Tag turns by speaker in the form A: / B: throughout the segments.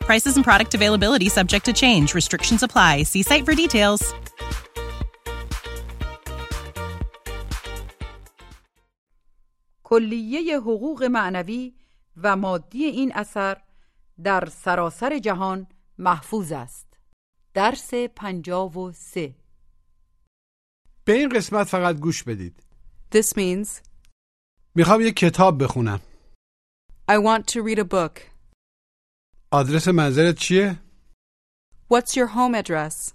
A: Prices and product availability subject to change. Restrictions apply. See site for details.
B: کلیه حقوق معنوی و مادی این اثر در سراسر جهان محفوظ است درس پنجاب و سه
C: به این قسمت فقط گوش بدید
D: This means
C: میخوام یه کتاب بخونم
D: I want to read a book.
C: آدرس منزلت چیه؟
D: What's your home address?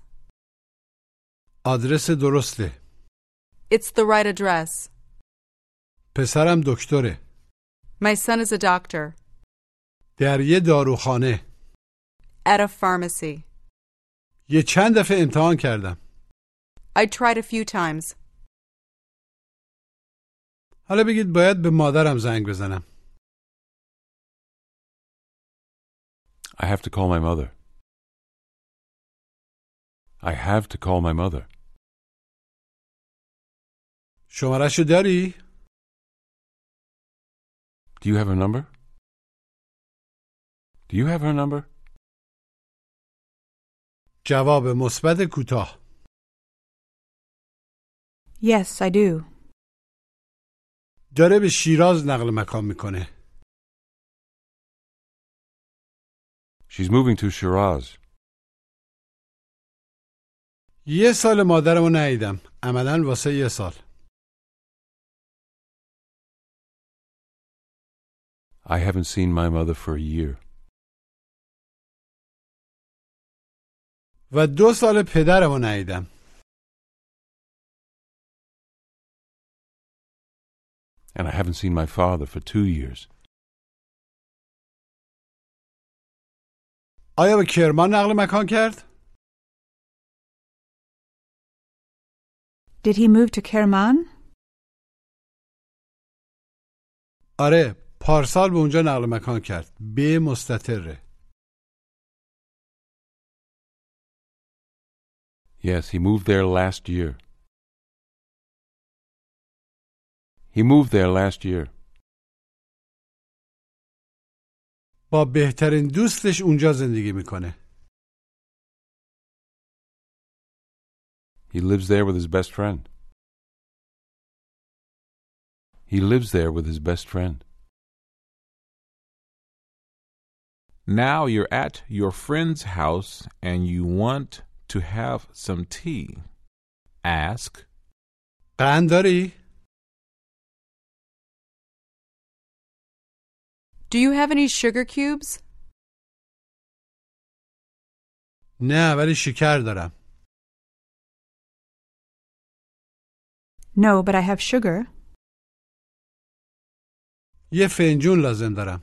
C: آدرس درسته
D: It's the right address.
C: پسرم دکتره
D: My son is a doctor
C: در یه داروخانه
D: at a pharmacy.
C: یه چند دفعه امتحان کردم
D: I tried a few times.
C: حالا بگید باید به مادرم زنگ بزنم
E: I have to call my mother. I have to call my mother.
C: شمارشو داری؟
E: Do you have her number? Do you have her number?
C: جواب مثبت کوتاه
F: Yes, I do.
C: داره به شیراز نقل مکان میکنه
E: She's moving to Shiraz.
C: یه سال مادرمو ندیدم عملا واسه یه سال
E: I haven't seen my mother for a year.
C: و دو سال پدرمو ندیدم
E: And I haven't seen my father for two years.
C: آیا به کرمان نقل مکان کرد؟
F: Did he move to Kerman?
C: آره پارسال به اونجا نقل مکان کرد به مستطره
E: Yes, he moved there last year. He moved there last year.
C: با بهترین دوستش اونجا زندگی میکنه
E: He lives there with his best friend. He lives there with his best friend.
G: Now you're at your friend's house and you want to have some tea. Ask,
C: قند داری؟
D: Do you have any sugar cubes?
C: نه ولی شکر دارم
F: No, but I have sugar.
C: یه فنجون لازم دارم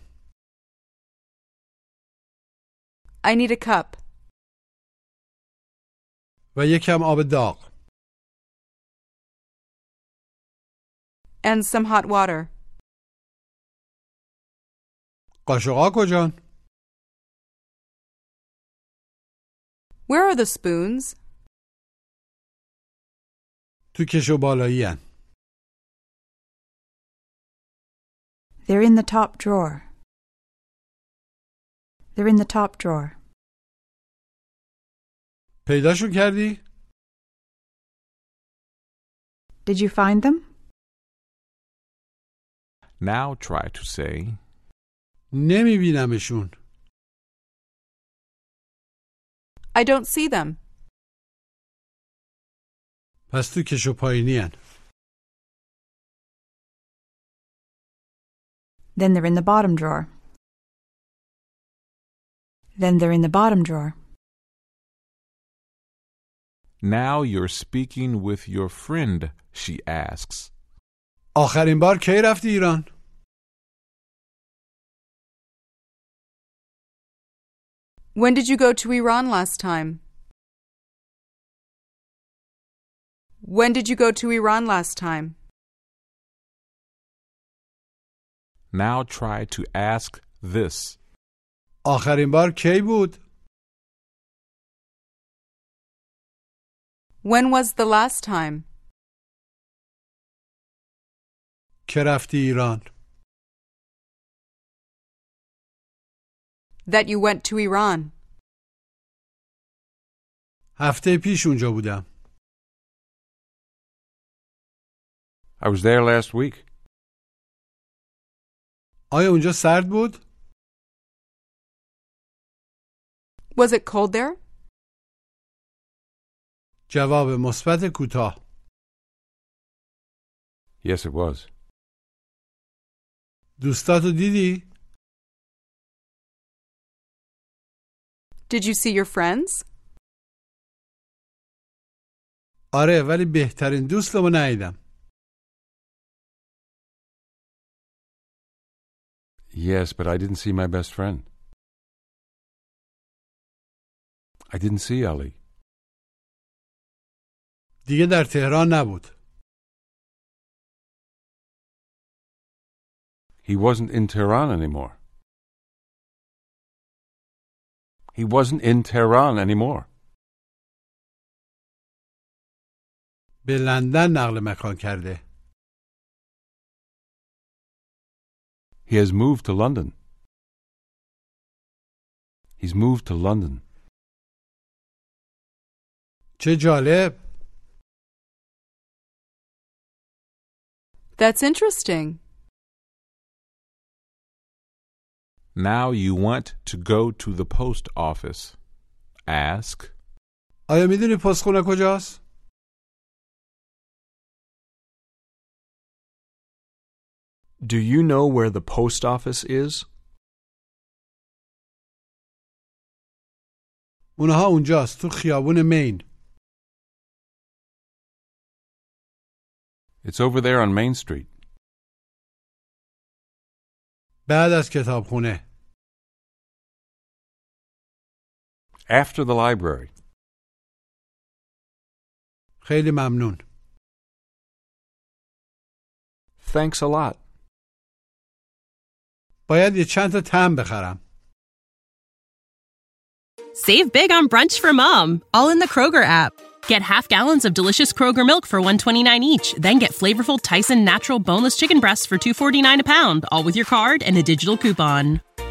D: I need a cup.
C: و یکم آب داغ
D: And some hot water.
C: قاشقا کجان؟
D: Where are the spoons?
C: تو کشو بالایی هن.
F: They're in the top drawer. They're in the top drawer.
C: پیداشون کردی؟
F: Did you find them?
G: now try to say,
C: نمیبینمشون
D: I don't see them.
C: پس تو کشو پایینی هن.
F: Then they're in the bottom drawer. Then they're in the bottom drawer.
G: Now you're speaking with your friend, she asks.
C: آخرین بار کی رفتی ایران؟
D: When did you go to Iran last time? When did you go to Iran last time?
G: Now try to ask this.
C: آخرین بار کی بود؟
D: When was the last time?
C: که رفتی ایران
D: That you went to Iran.
C: هفته پیش اونجا بودم
E: I was there last week.
C: آیا اونجا سرد بود؟
D: Was it cold there?
C: جواب مثبت کوتاه
E: Yes, it was.
C: دوستاتو دیدی؟
D: Did you see your friends?
C: آره ولی بهترین دوستمو ندیدم
E: Yes, but I didn't see my best friend. I didn't see Ali.
C: دیگه در تهران نبود
E: He wasn't in Tehran anymore. He wasn't in Tehran anymore.
C: به لندن نقل مکان کرده
E: He has moved to London. He's moved to London.
C: چه جالب
D: That's interesting.
G: Now you want to go to the post office. Ask.
C: آیا میدونی پستخونه کجاست؟
H: Do you know where the post office is?
C: اونها اونجاست تو خیابون مین
E: It's over there on Main Street.
C: بعد از کتابخونه
E: After the library.
C: خیلی ممنون
H: Thanks a lot.
C: باید یه چند تا تم بخرم
A: Save big on brunch for mom, all in the Kroger app. Get half gallons of delicious Kroger milk for 129 each, then get flavorful Tyson natural boneless chicken breasts for 249 a pound, all with your card and a digital coupon.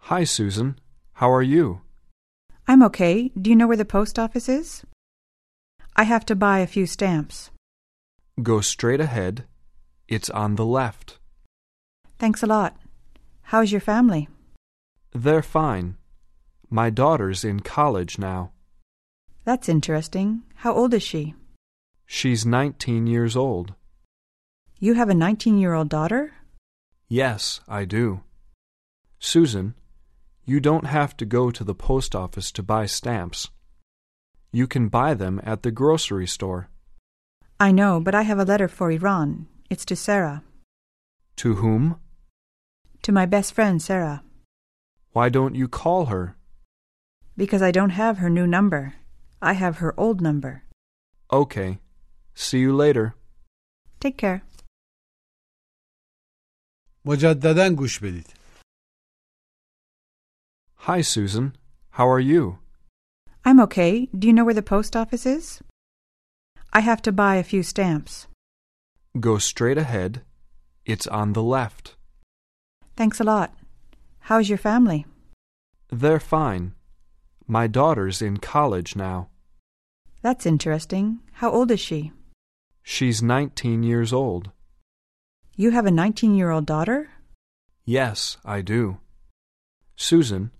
H: Hi, Susan. How are you?
I: I'm okay. Do you know where the post office is? I have to buy a few stamps.
H: Go straight ahead. It's on the left.
I: Thanks a lot. How's your family?
H: They're fine. My daughter's in college now.
I: That's interesting. How old is she?
H: She's 19 years old.
I: You have a 19 year old daughter?
H: Yes, I do. Susan, you don't have to go to the post office to buy stamps. You can buy them at the grocery store.
I: I know, but I have a letter for Iran. It's to Sarah.
H: To whom?
I: To my best friend, Sarah.
H: Why don't you call her?
I: Because I don't have her new number. I have her old number.
H: Okay. See you later.
I: Take care.
C: مجددا گوش بدید
H: Hi, Susan. How are you?
I: I'm okay. Do you know where the post office is? I have to buy a few stamps.
H: Go straight ahead. It's on the left.
I: Thanks a lot. How's your family?
H: They're fine. My daughter's in college now.
I: That's interesting. How old is she?
H: She's 19 years old.
I: You have a 19 year old daughter?
H: Yes, I do. Susan,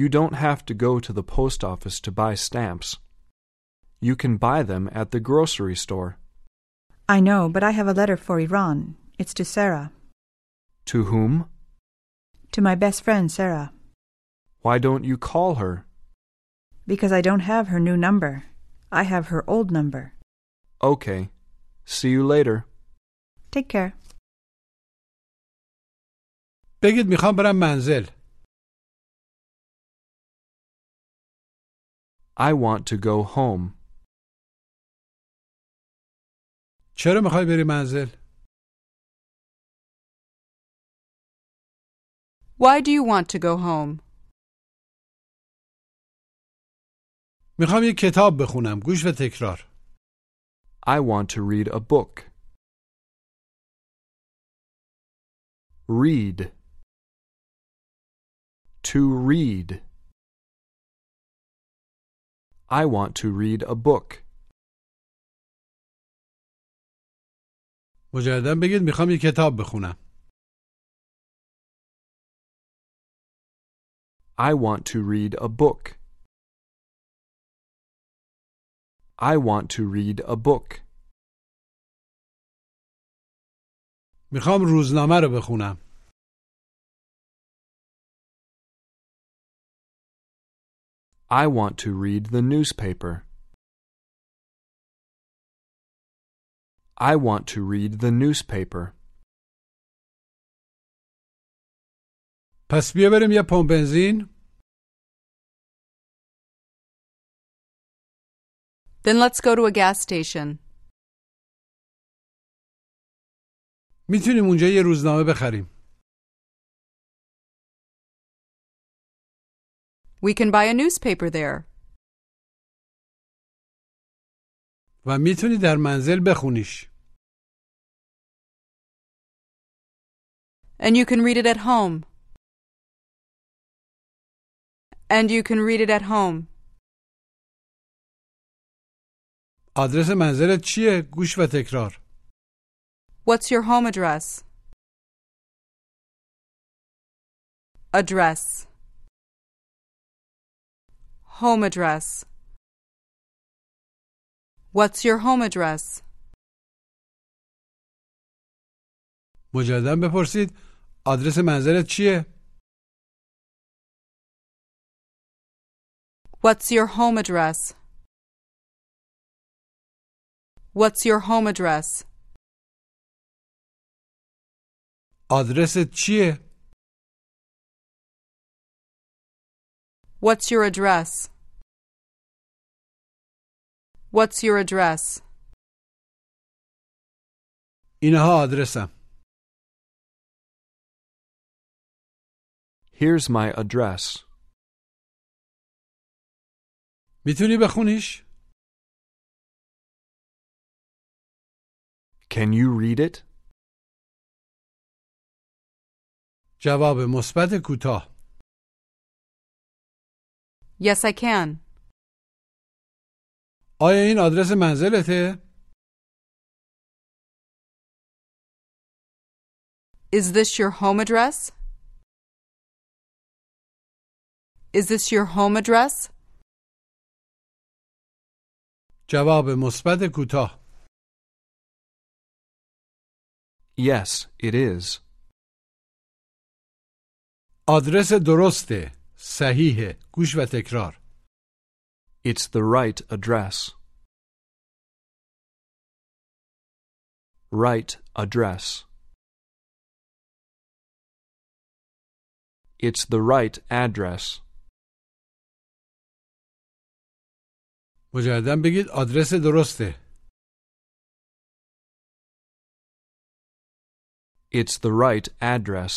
H: you don't have to go to the post office to buy stamps.
J: You can buy them at the grocery store.
I: I know, but I have a letter for Iran. It's to Sarah.
J: To whom?
I: To my best friend, Sarah.
J: Why don't you call her?
I: Because I don't have her new number. I have her old number.
J: Okay. See you later.
I: Take care.
E: بگید میخوام برم منزل
J: I want to go home.
E: چرا میخوای بری منزل
D: Why do you want to go home?
E: میخوام یه کتاب بخونم گوش و تکرار
J: I want to read a book. Read. To read. I want to read a book.
E: مجددا بگید میخوام یه کتاب بخونم
J: I want to read a book. I want to read a book.
E: میخوام روزنامه رو بخونم
J: I want to read the newspaper. I want to read the newspaper.
E: پس بیا بریم یه پمپ بنزین
D: Then let's go to a gas station.
E: میتونیم اونجا یه روزنامه بخریم
D: We can buy a newspaper there.
E: و میتونی در منزل بخونیش
D: And you can read it at home. And you can read it at home.
E: آدرس منزلت چیه گوش و تکرار
D: What's your home address? Address. Home address. What's your home address?
E: مجددا بپرسید آدرس منزلت چیه
D: What's your home address? What's your home address?
E: آدرست چیه
D: What's your address? What's your address?
E: اینها آدرسم
J: Here's my address.
E: میتونی بخونیش
J: Can you read it?
E: جواب مثبت کوتاه
D: Yes, I can.
E: آیا این آدرس منزلته
D: Is this your home address? Is this your home address?
E: جواب مثبت کوتاه
J: Yes, it is.
E: آدرس درسته صحیحه گوش و تکرار
J: It's the right address. Right address. It's the right address.
E: مجددا بگید آدرس درسته
J: It's the right address.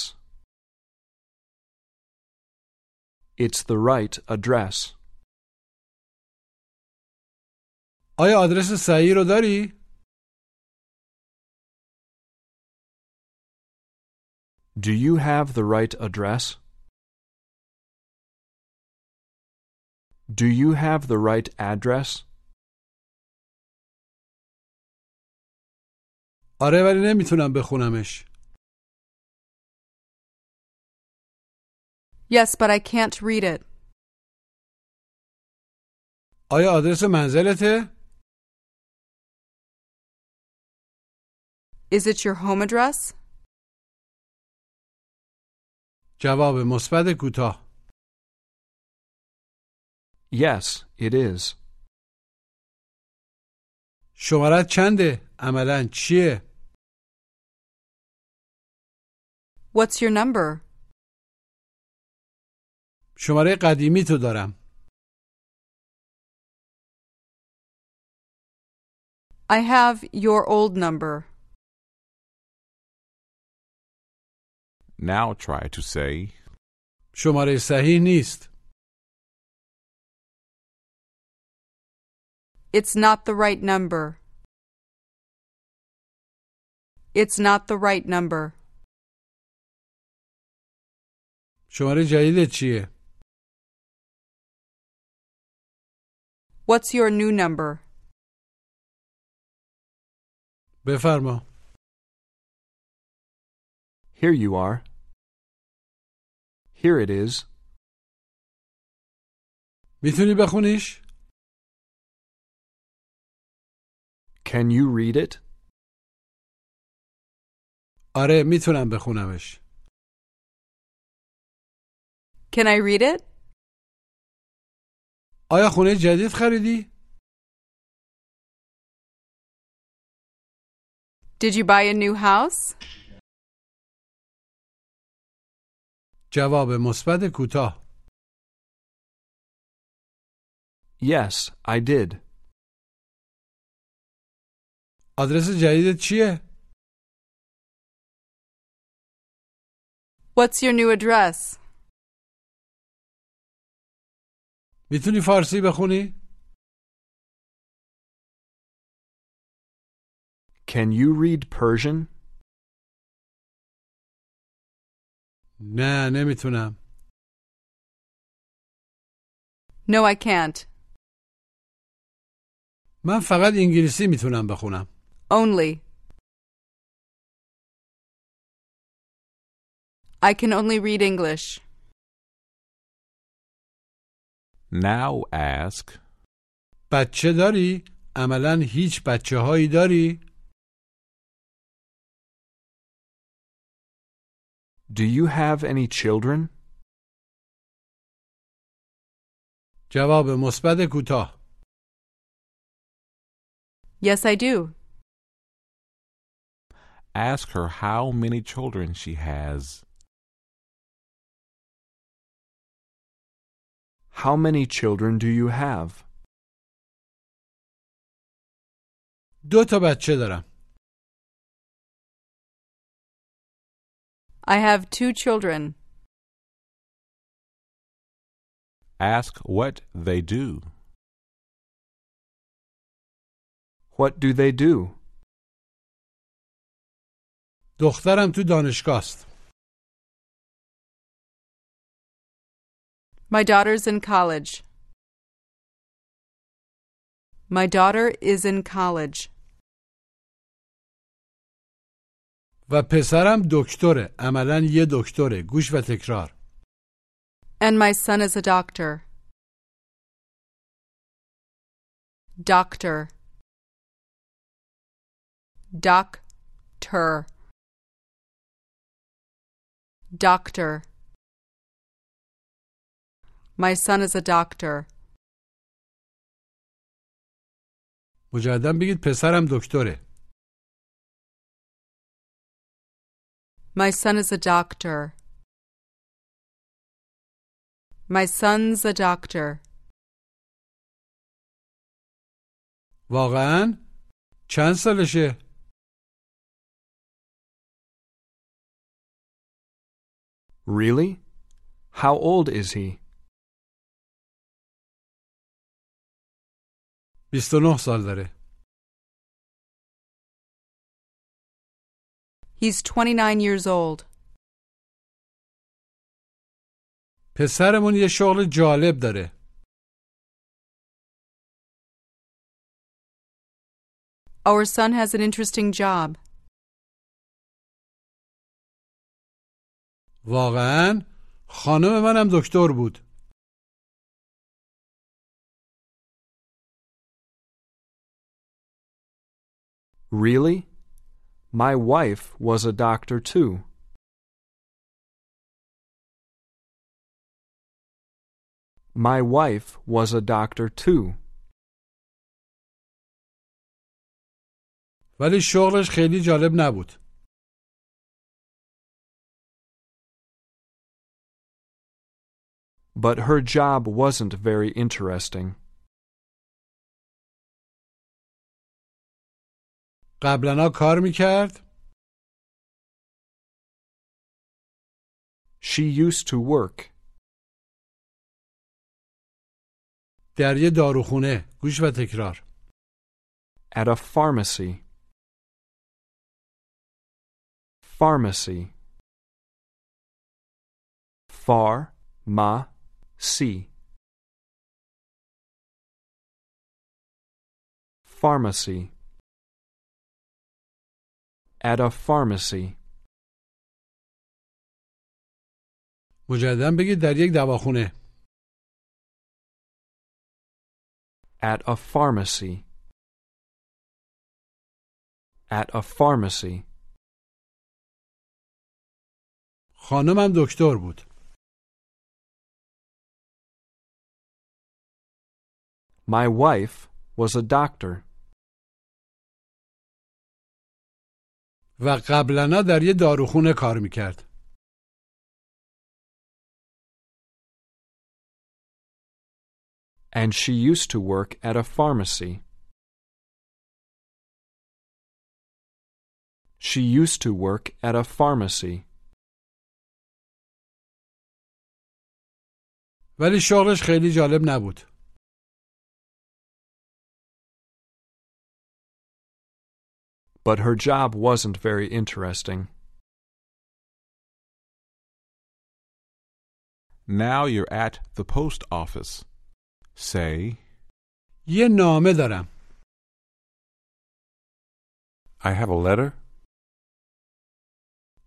J: It's the right address.
E: آیا آدرس صحیح رو داری
J: Do you have the right address? Do you have the right address?
E: آره ولی نمیتونم بخونمش
D: Yes, but I can't read it.
E: آیا آدرس منزلته؟
D: Is it your home address?
E: جواب مثبت کوتاه
K: Yes, it is.
E: شمارت چنده؟ عملا چیه؟
D: What's your number?
E: شماره قدیمی تو دارم
D: I have your old number.
C: Now try to say,
E: شماره صحیح نیست
D: It's not the right number. It's not the right number.
E: شماره جدید چیه؟
D: What's your new number?
E: بفرما
K: Here you are. Here it is.
E: میتونی بخونیش؟
K: Can you read it?
E: آره میتونم بخونمش
D: Can I read it?
E: آیا خونه جدید خریدی؟
D: Did you buy a new house?
E: جواب مثبت کوتاه
K: Yes, I did.
E: آدرس جدیدت چیه؟
D: What's your new address?
E: میتونی فارسی بخونی؟
K: Can you read Persian?
E: نه نمیتونم
D: No, I can't.
E: من فقط انگلیسی میتونم بخونم
D: Only. I can only read English.
C: Now ask,
E: بچه داری؟ عملا هیچ بچه هایی داری؟
K: Do you have any children?
E: جواب مثبت کوتاه
D: Yes, I do.
C: ask her how many children she has.
K: How many children do you have?
E: دو تا بچه دارم
D: I have two children.
C: Ask what they do.
K: What do they do?
E: دخترم تو دانشگاه است
D: My daughter's in college. My daughter is in college.
E: و پسرم دکتره عملا یه دکتره گوش و تکرار
D: And my son is a doctor. Doctor. Doctor. Doctor. My son is a doctor.
E: مجددا بگید پسرم دکتره
D: My son is a doctor. My son's a doctor.
E: واقعا چند سالشه؟
K: Really? How old is he?
E: 29 سال داره
D: He's 29 years old.
E: پسرمون یه شغل جالب داره
D: Our son has an interesting job.
E: واقعا خانم منم دکتر بود
J: Really? My wife was a doctor too. My wife was a doctor too.
C: ولی شغلش خیلی جالب نبود.
J: But her job wasn't very interesting.
C: قبلنا کار میکرد؟
J: She used to work
C: در یه داروخونه گوش و تکرار
J: at a pharmacy. Pharmacy. Far, ma, si. Pharmacy. At a pharmacy.
C: مجددا بگید در یک دواخونه
J: At a pharmacy. At a pharmacy.
C: خانمم دکتر بود
J: My wife was a doctor
C: و قبلنا در یه داروخونه کار میکرد
J: and she used to work at a pharmacy. She used to work at a pharmacy,
C: ولی شغلش خیلی جالب نبود
J: but her job wasn't very interesting.
G: Now you're at the post office. Say,
C: یه نامه دارم
E: I have a letter.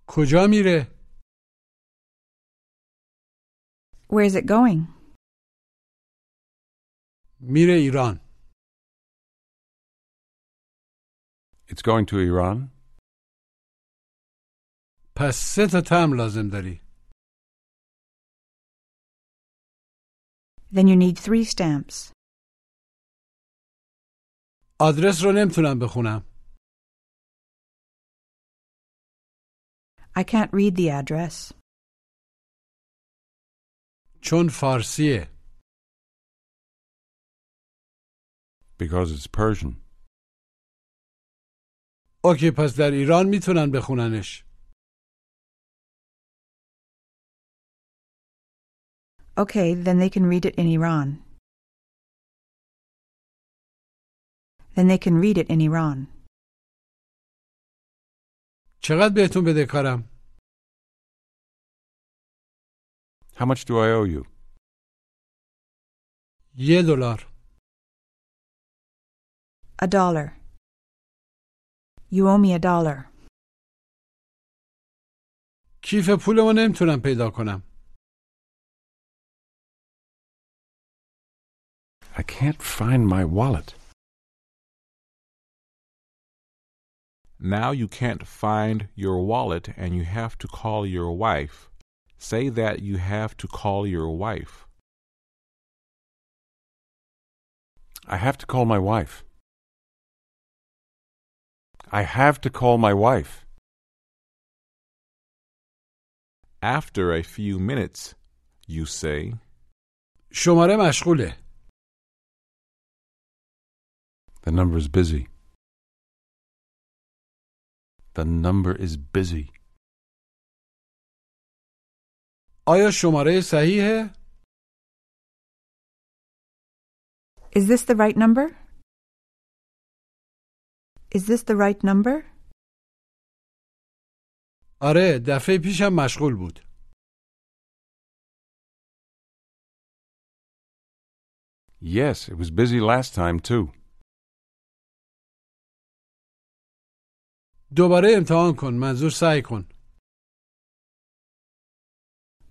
C: کجا میره؟
F: Where's it going?
C: میره ایران
E: It's going to Iran.
C: پس سه تا تم لازم داری
F: Then you need three stamps.
C: آدرس رو نمیتونم بخونم
F: I can't read the address
C: چون فارسیه
E: Because it's Persian.
C: اوکی پس در ایران میتونن بخوننش
F: Okay, then they can read it in Iran. Then they can read it in Iran.
C: چقدر بهتون بده کارم؟
E: How much do I owe you?
C: یه دلار
F: A dollar. You owe me a dollar.
C: کیف پولمو نمیتونم پیدا کنم
E: I can't find my wallet.
G: now you can't find your wallet and you have to call your wife. Say that you have to call your wife.
E: I have to call my wife. I have to call my wife.
G: After a few minutes, you say,
C: شماره مشغوله
E: The number is busy. The number is busy.
C: آیا شماره صحیحه؟
F: Is this the right number? Is this the right number?
C: آره دفعه پیشم مشغول بود
E: Yes, it was busy last time, too.
C: دوباره امتحان کن منظور سعی کن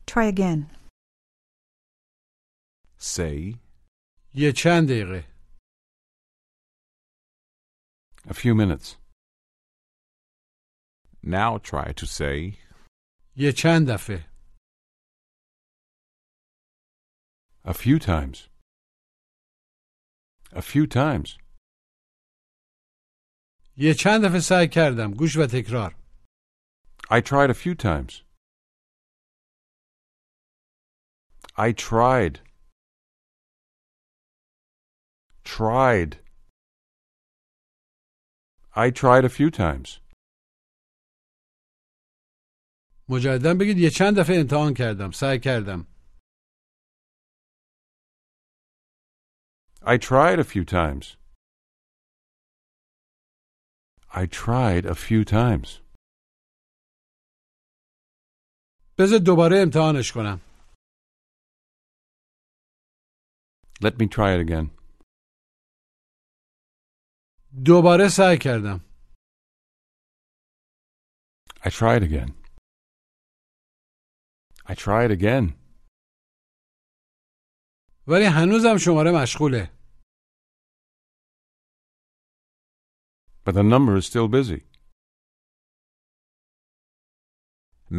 F: Try again.
G: say,
C: یه چند دقیقه
E: A few minutes.
G: Now try to say,
C: یه چند دفعه
E: A few times. A few times.
C: یه چند دفعه سعی کردم گوش و تکرار
E: I tried a few times. I tried. Tried. I tried a few times.
C: مجددا بگید یه چند دفعه امتحان کردم سعی کردم
E: I tried a few times. I tried a few times.
C: بذار دوباره امتحانش کنم
E: Let me try it again.
C: دوباره سعی کردم
E: I tried again. I tried again.
C: ولی هنوزم شماره مشغوله
E: But the number is still busy.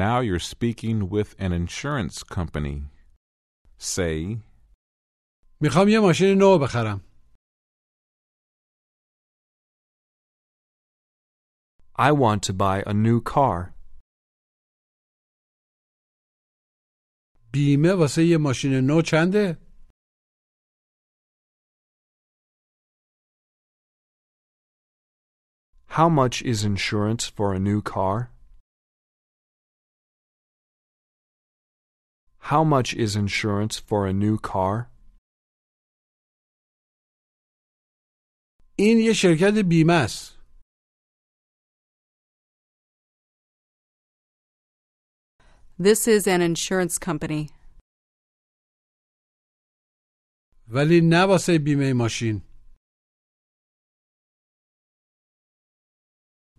G: Now you're speaking with an insurance company. Say,
C: میخوام یه ماشین نو بخرم
J: I want to buy a new car.
C: بیمه واسه یه ماشین نو چنده؟
J: How much is insurance for a new car? How much is insurance for a new car?
C: این یه شرکت بیمه است
D: This is an insurance company,
C: ولی نه واسه بیمه ماشین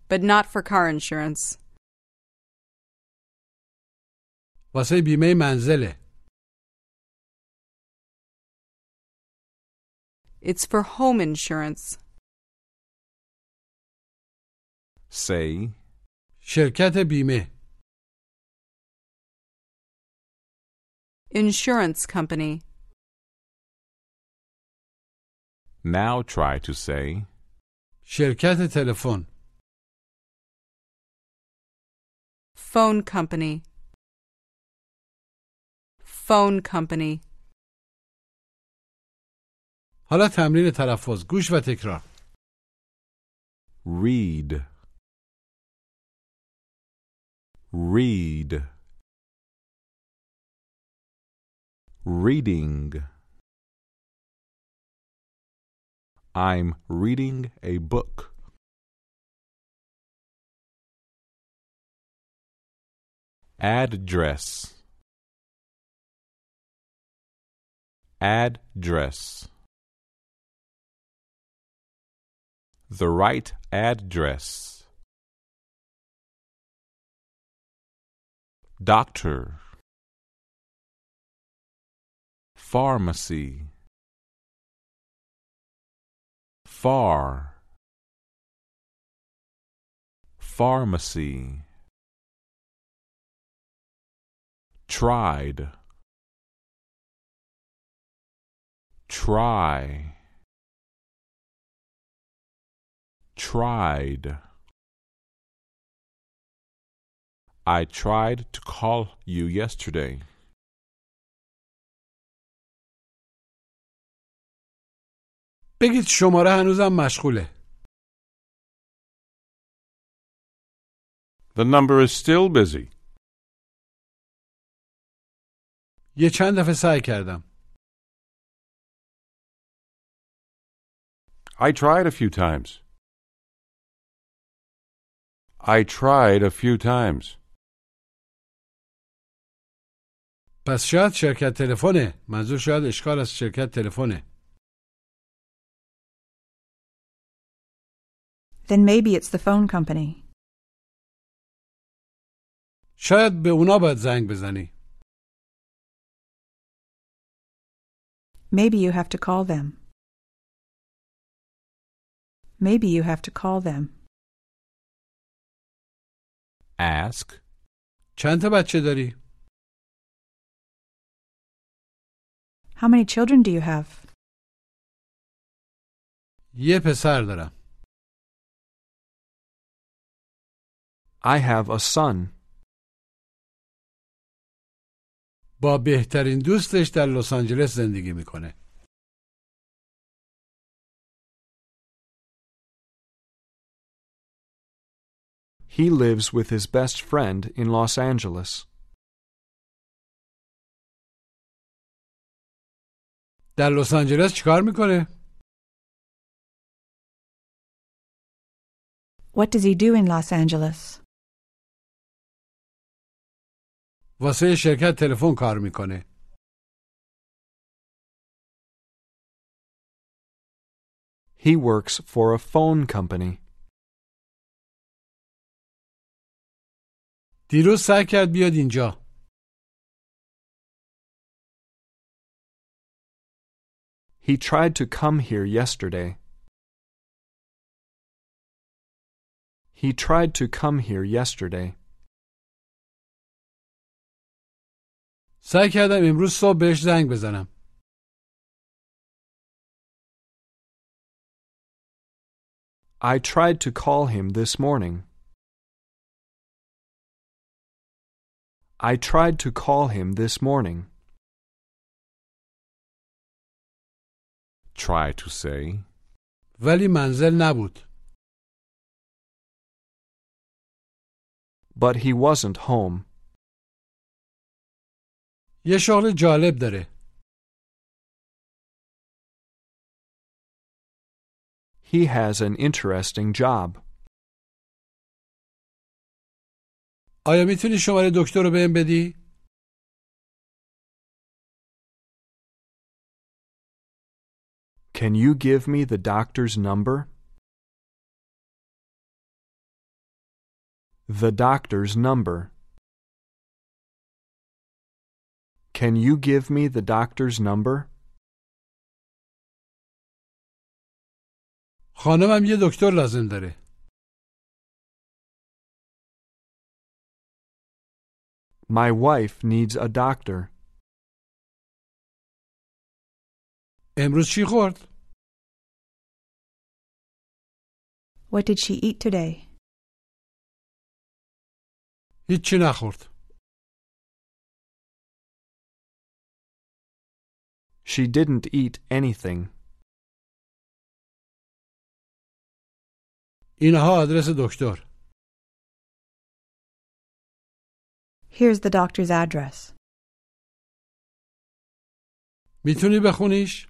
D: but not for car insurance.
C: واسه بیمه منزله
D: It's for home insurance.
G: say,
C: شرکت بیمه
D: Insurance company.
G: now try to say,
C: شرکت تلفن
D: Phone company. Phone company.
C: حالا تمرین تلفظ گوش و تکرار
G: read. Read. Reading. I'm reading a book. Address. Address. The right address. Doctor. Pharmacy. Far. Pharmacy. Tried. Try. tried. I tried to call you yesterday.
C: بگید شماره هنوزم مشغوله
E: The number is still busy.
C: یه چند دفعه سعی کردم
E: I tried a few times. I tried a few times.
C: پس شاید شرکت تلفنه منظور شاید اشکال از شرکت تلفنه
F: Then maybe it's the phone company.
C: شاید به اونا باید زنگ بزنی
F: Maybe you have to call them. Maybe you have to call them.
L: Ask.
E: چند تا بچه داری؟
F: How many children do you have?
E: یه پسر دارم.
J: I have a son.
E: با بهترین دوستش در لس آنجلس زندگی میکنه.
J: He lives with his best friend in Los Angeles.
E: در لس آنجلس چیکار میکنه؟
F: What does he do in Los Angeles?
E: واسه شرکت تلفن کار میکنه.
J: He works for a phone company.
E: دیروز سعی کرد بیاد اینجا.
J: He tried to come here yesterday. He tried to come here yesterday.
E: سعی کردم امروز صبح بهش زنگ بزنم.
J: I tried to call him this morning. I tried to call him this morning.
L: Try to say.
E: ولی منزل نبود.
J: But he wasn't home.
E: یه شغل جالب داره.
J: He has an interesting job.
E: آیا میتونی شماره دکتر رو بهم بدی؟
J: Can you give me the doctor's number? The doctor's number. Can you give me the doctor's number?
E: خانمم یه دکتر لازم داره.
J: My wife needs a doctor.
E: امروز چی خورد؟
F: What did she eat today?
E: هیچی نخورد.
J: She didn't eat anything.
E: اینها آدرس دکتر.
F: Here's the doctor's address.
E: میتونی بخونیش؟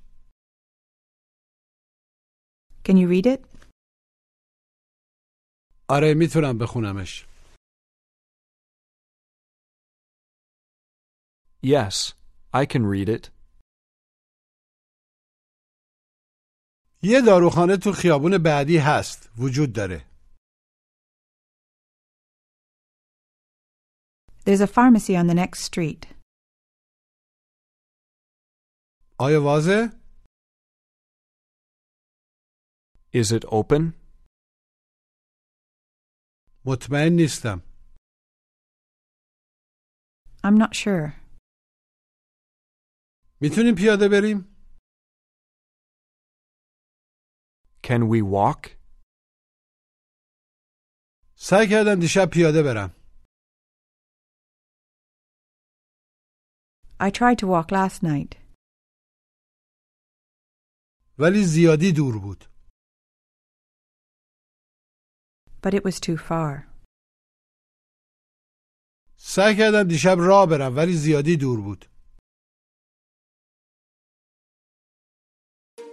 F: Can you read it?
E: آره میتونم بخونمش.
J: Yes, I can read it.
E: یه داروخانه تو خیابون بعدی هست. وجود داره.
F: There's a pharmacy on the next street.
E: آیا واضح؟
J: Is it open?
E: مطمئن نیستم.
F: I'm not sure.
E: میتونیم پیاده بریم؟
J: Can we walk?
E: سعی کردم دیشب پیاده برم.
F: I tried to walk last night,
E: ولی زیادی دور بود.
F: but it was too far.
E: سعی کردم دیشب راه برم ولی زیادی دور بود.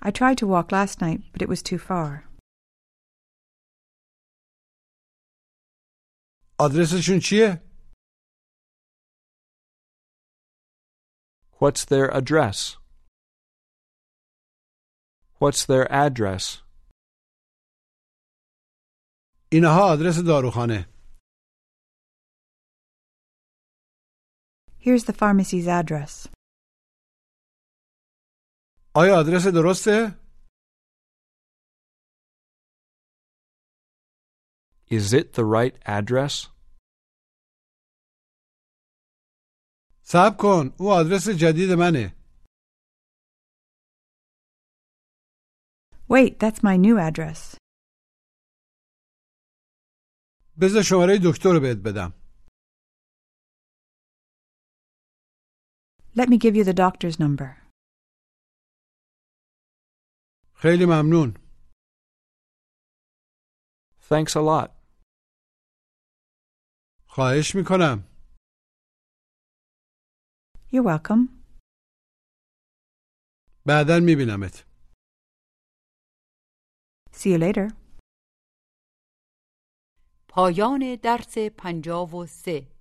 F: I tried to walk last night, but it was too far.
E: آدرسشون چیه؟
M: What's their address? What's their address?
E: اینها آدرس داروخانه.
F: Here's the pharmacy's address.
E: آیا آدرس درسته؟
M: Is it the right address?
E: صبر کن او آدرس جدید منه
F: Wait, that's my new address.
E: بذار شماره دکتر رو بهت بدم
F: Let me give you the doctor's number.
E: خیلی ممنون
M: Thanks a lot.
E: خواهش میکنم
F: You're welcome.
E: بعدا میبینمت
F: See you later.
N: پایان درس پنجاه و سه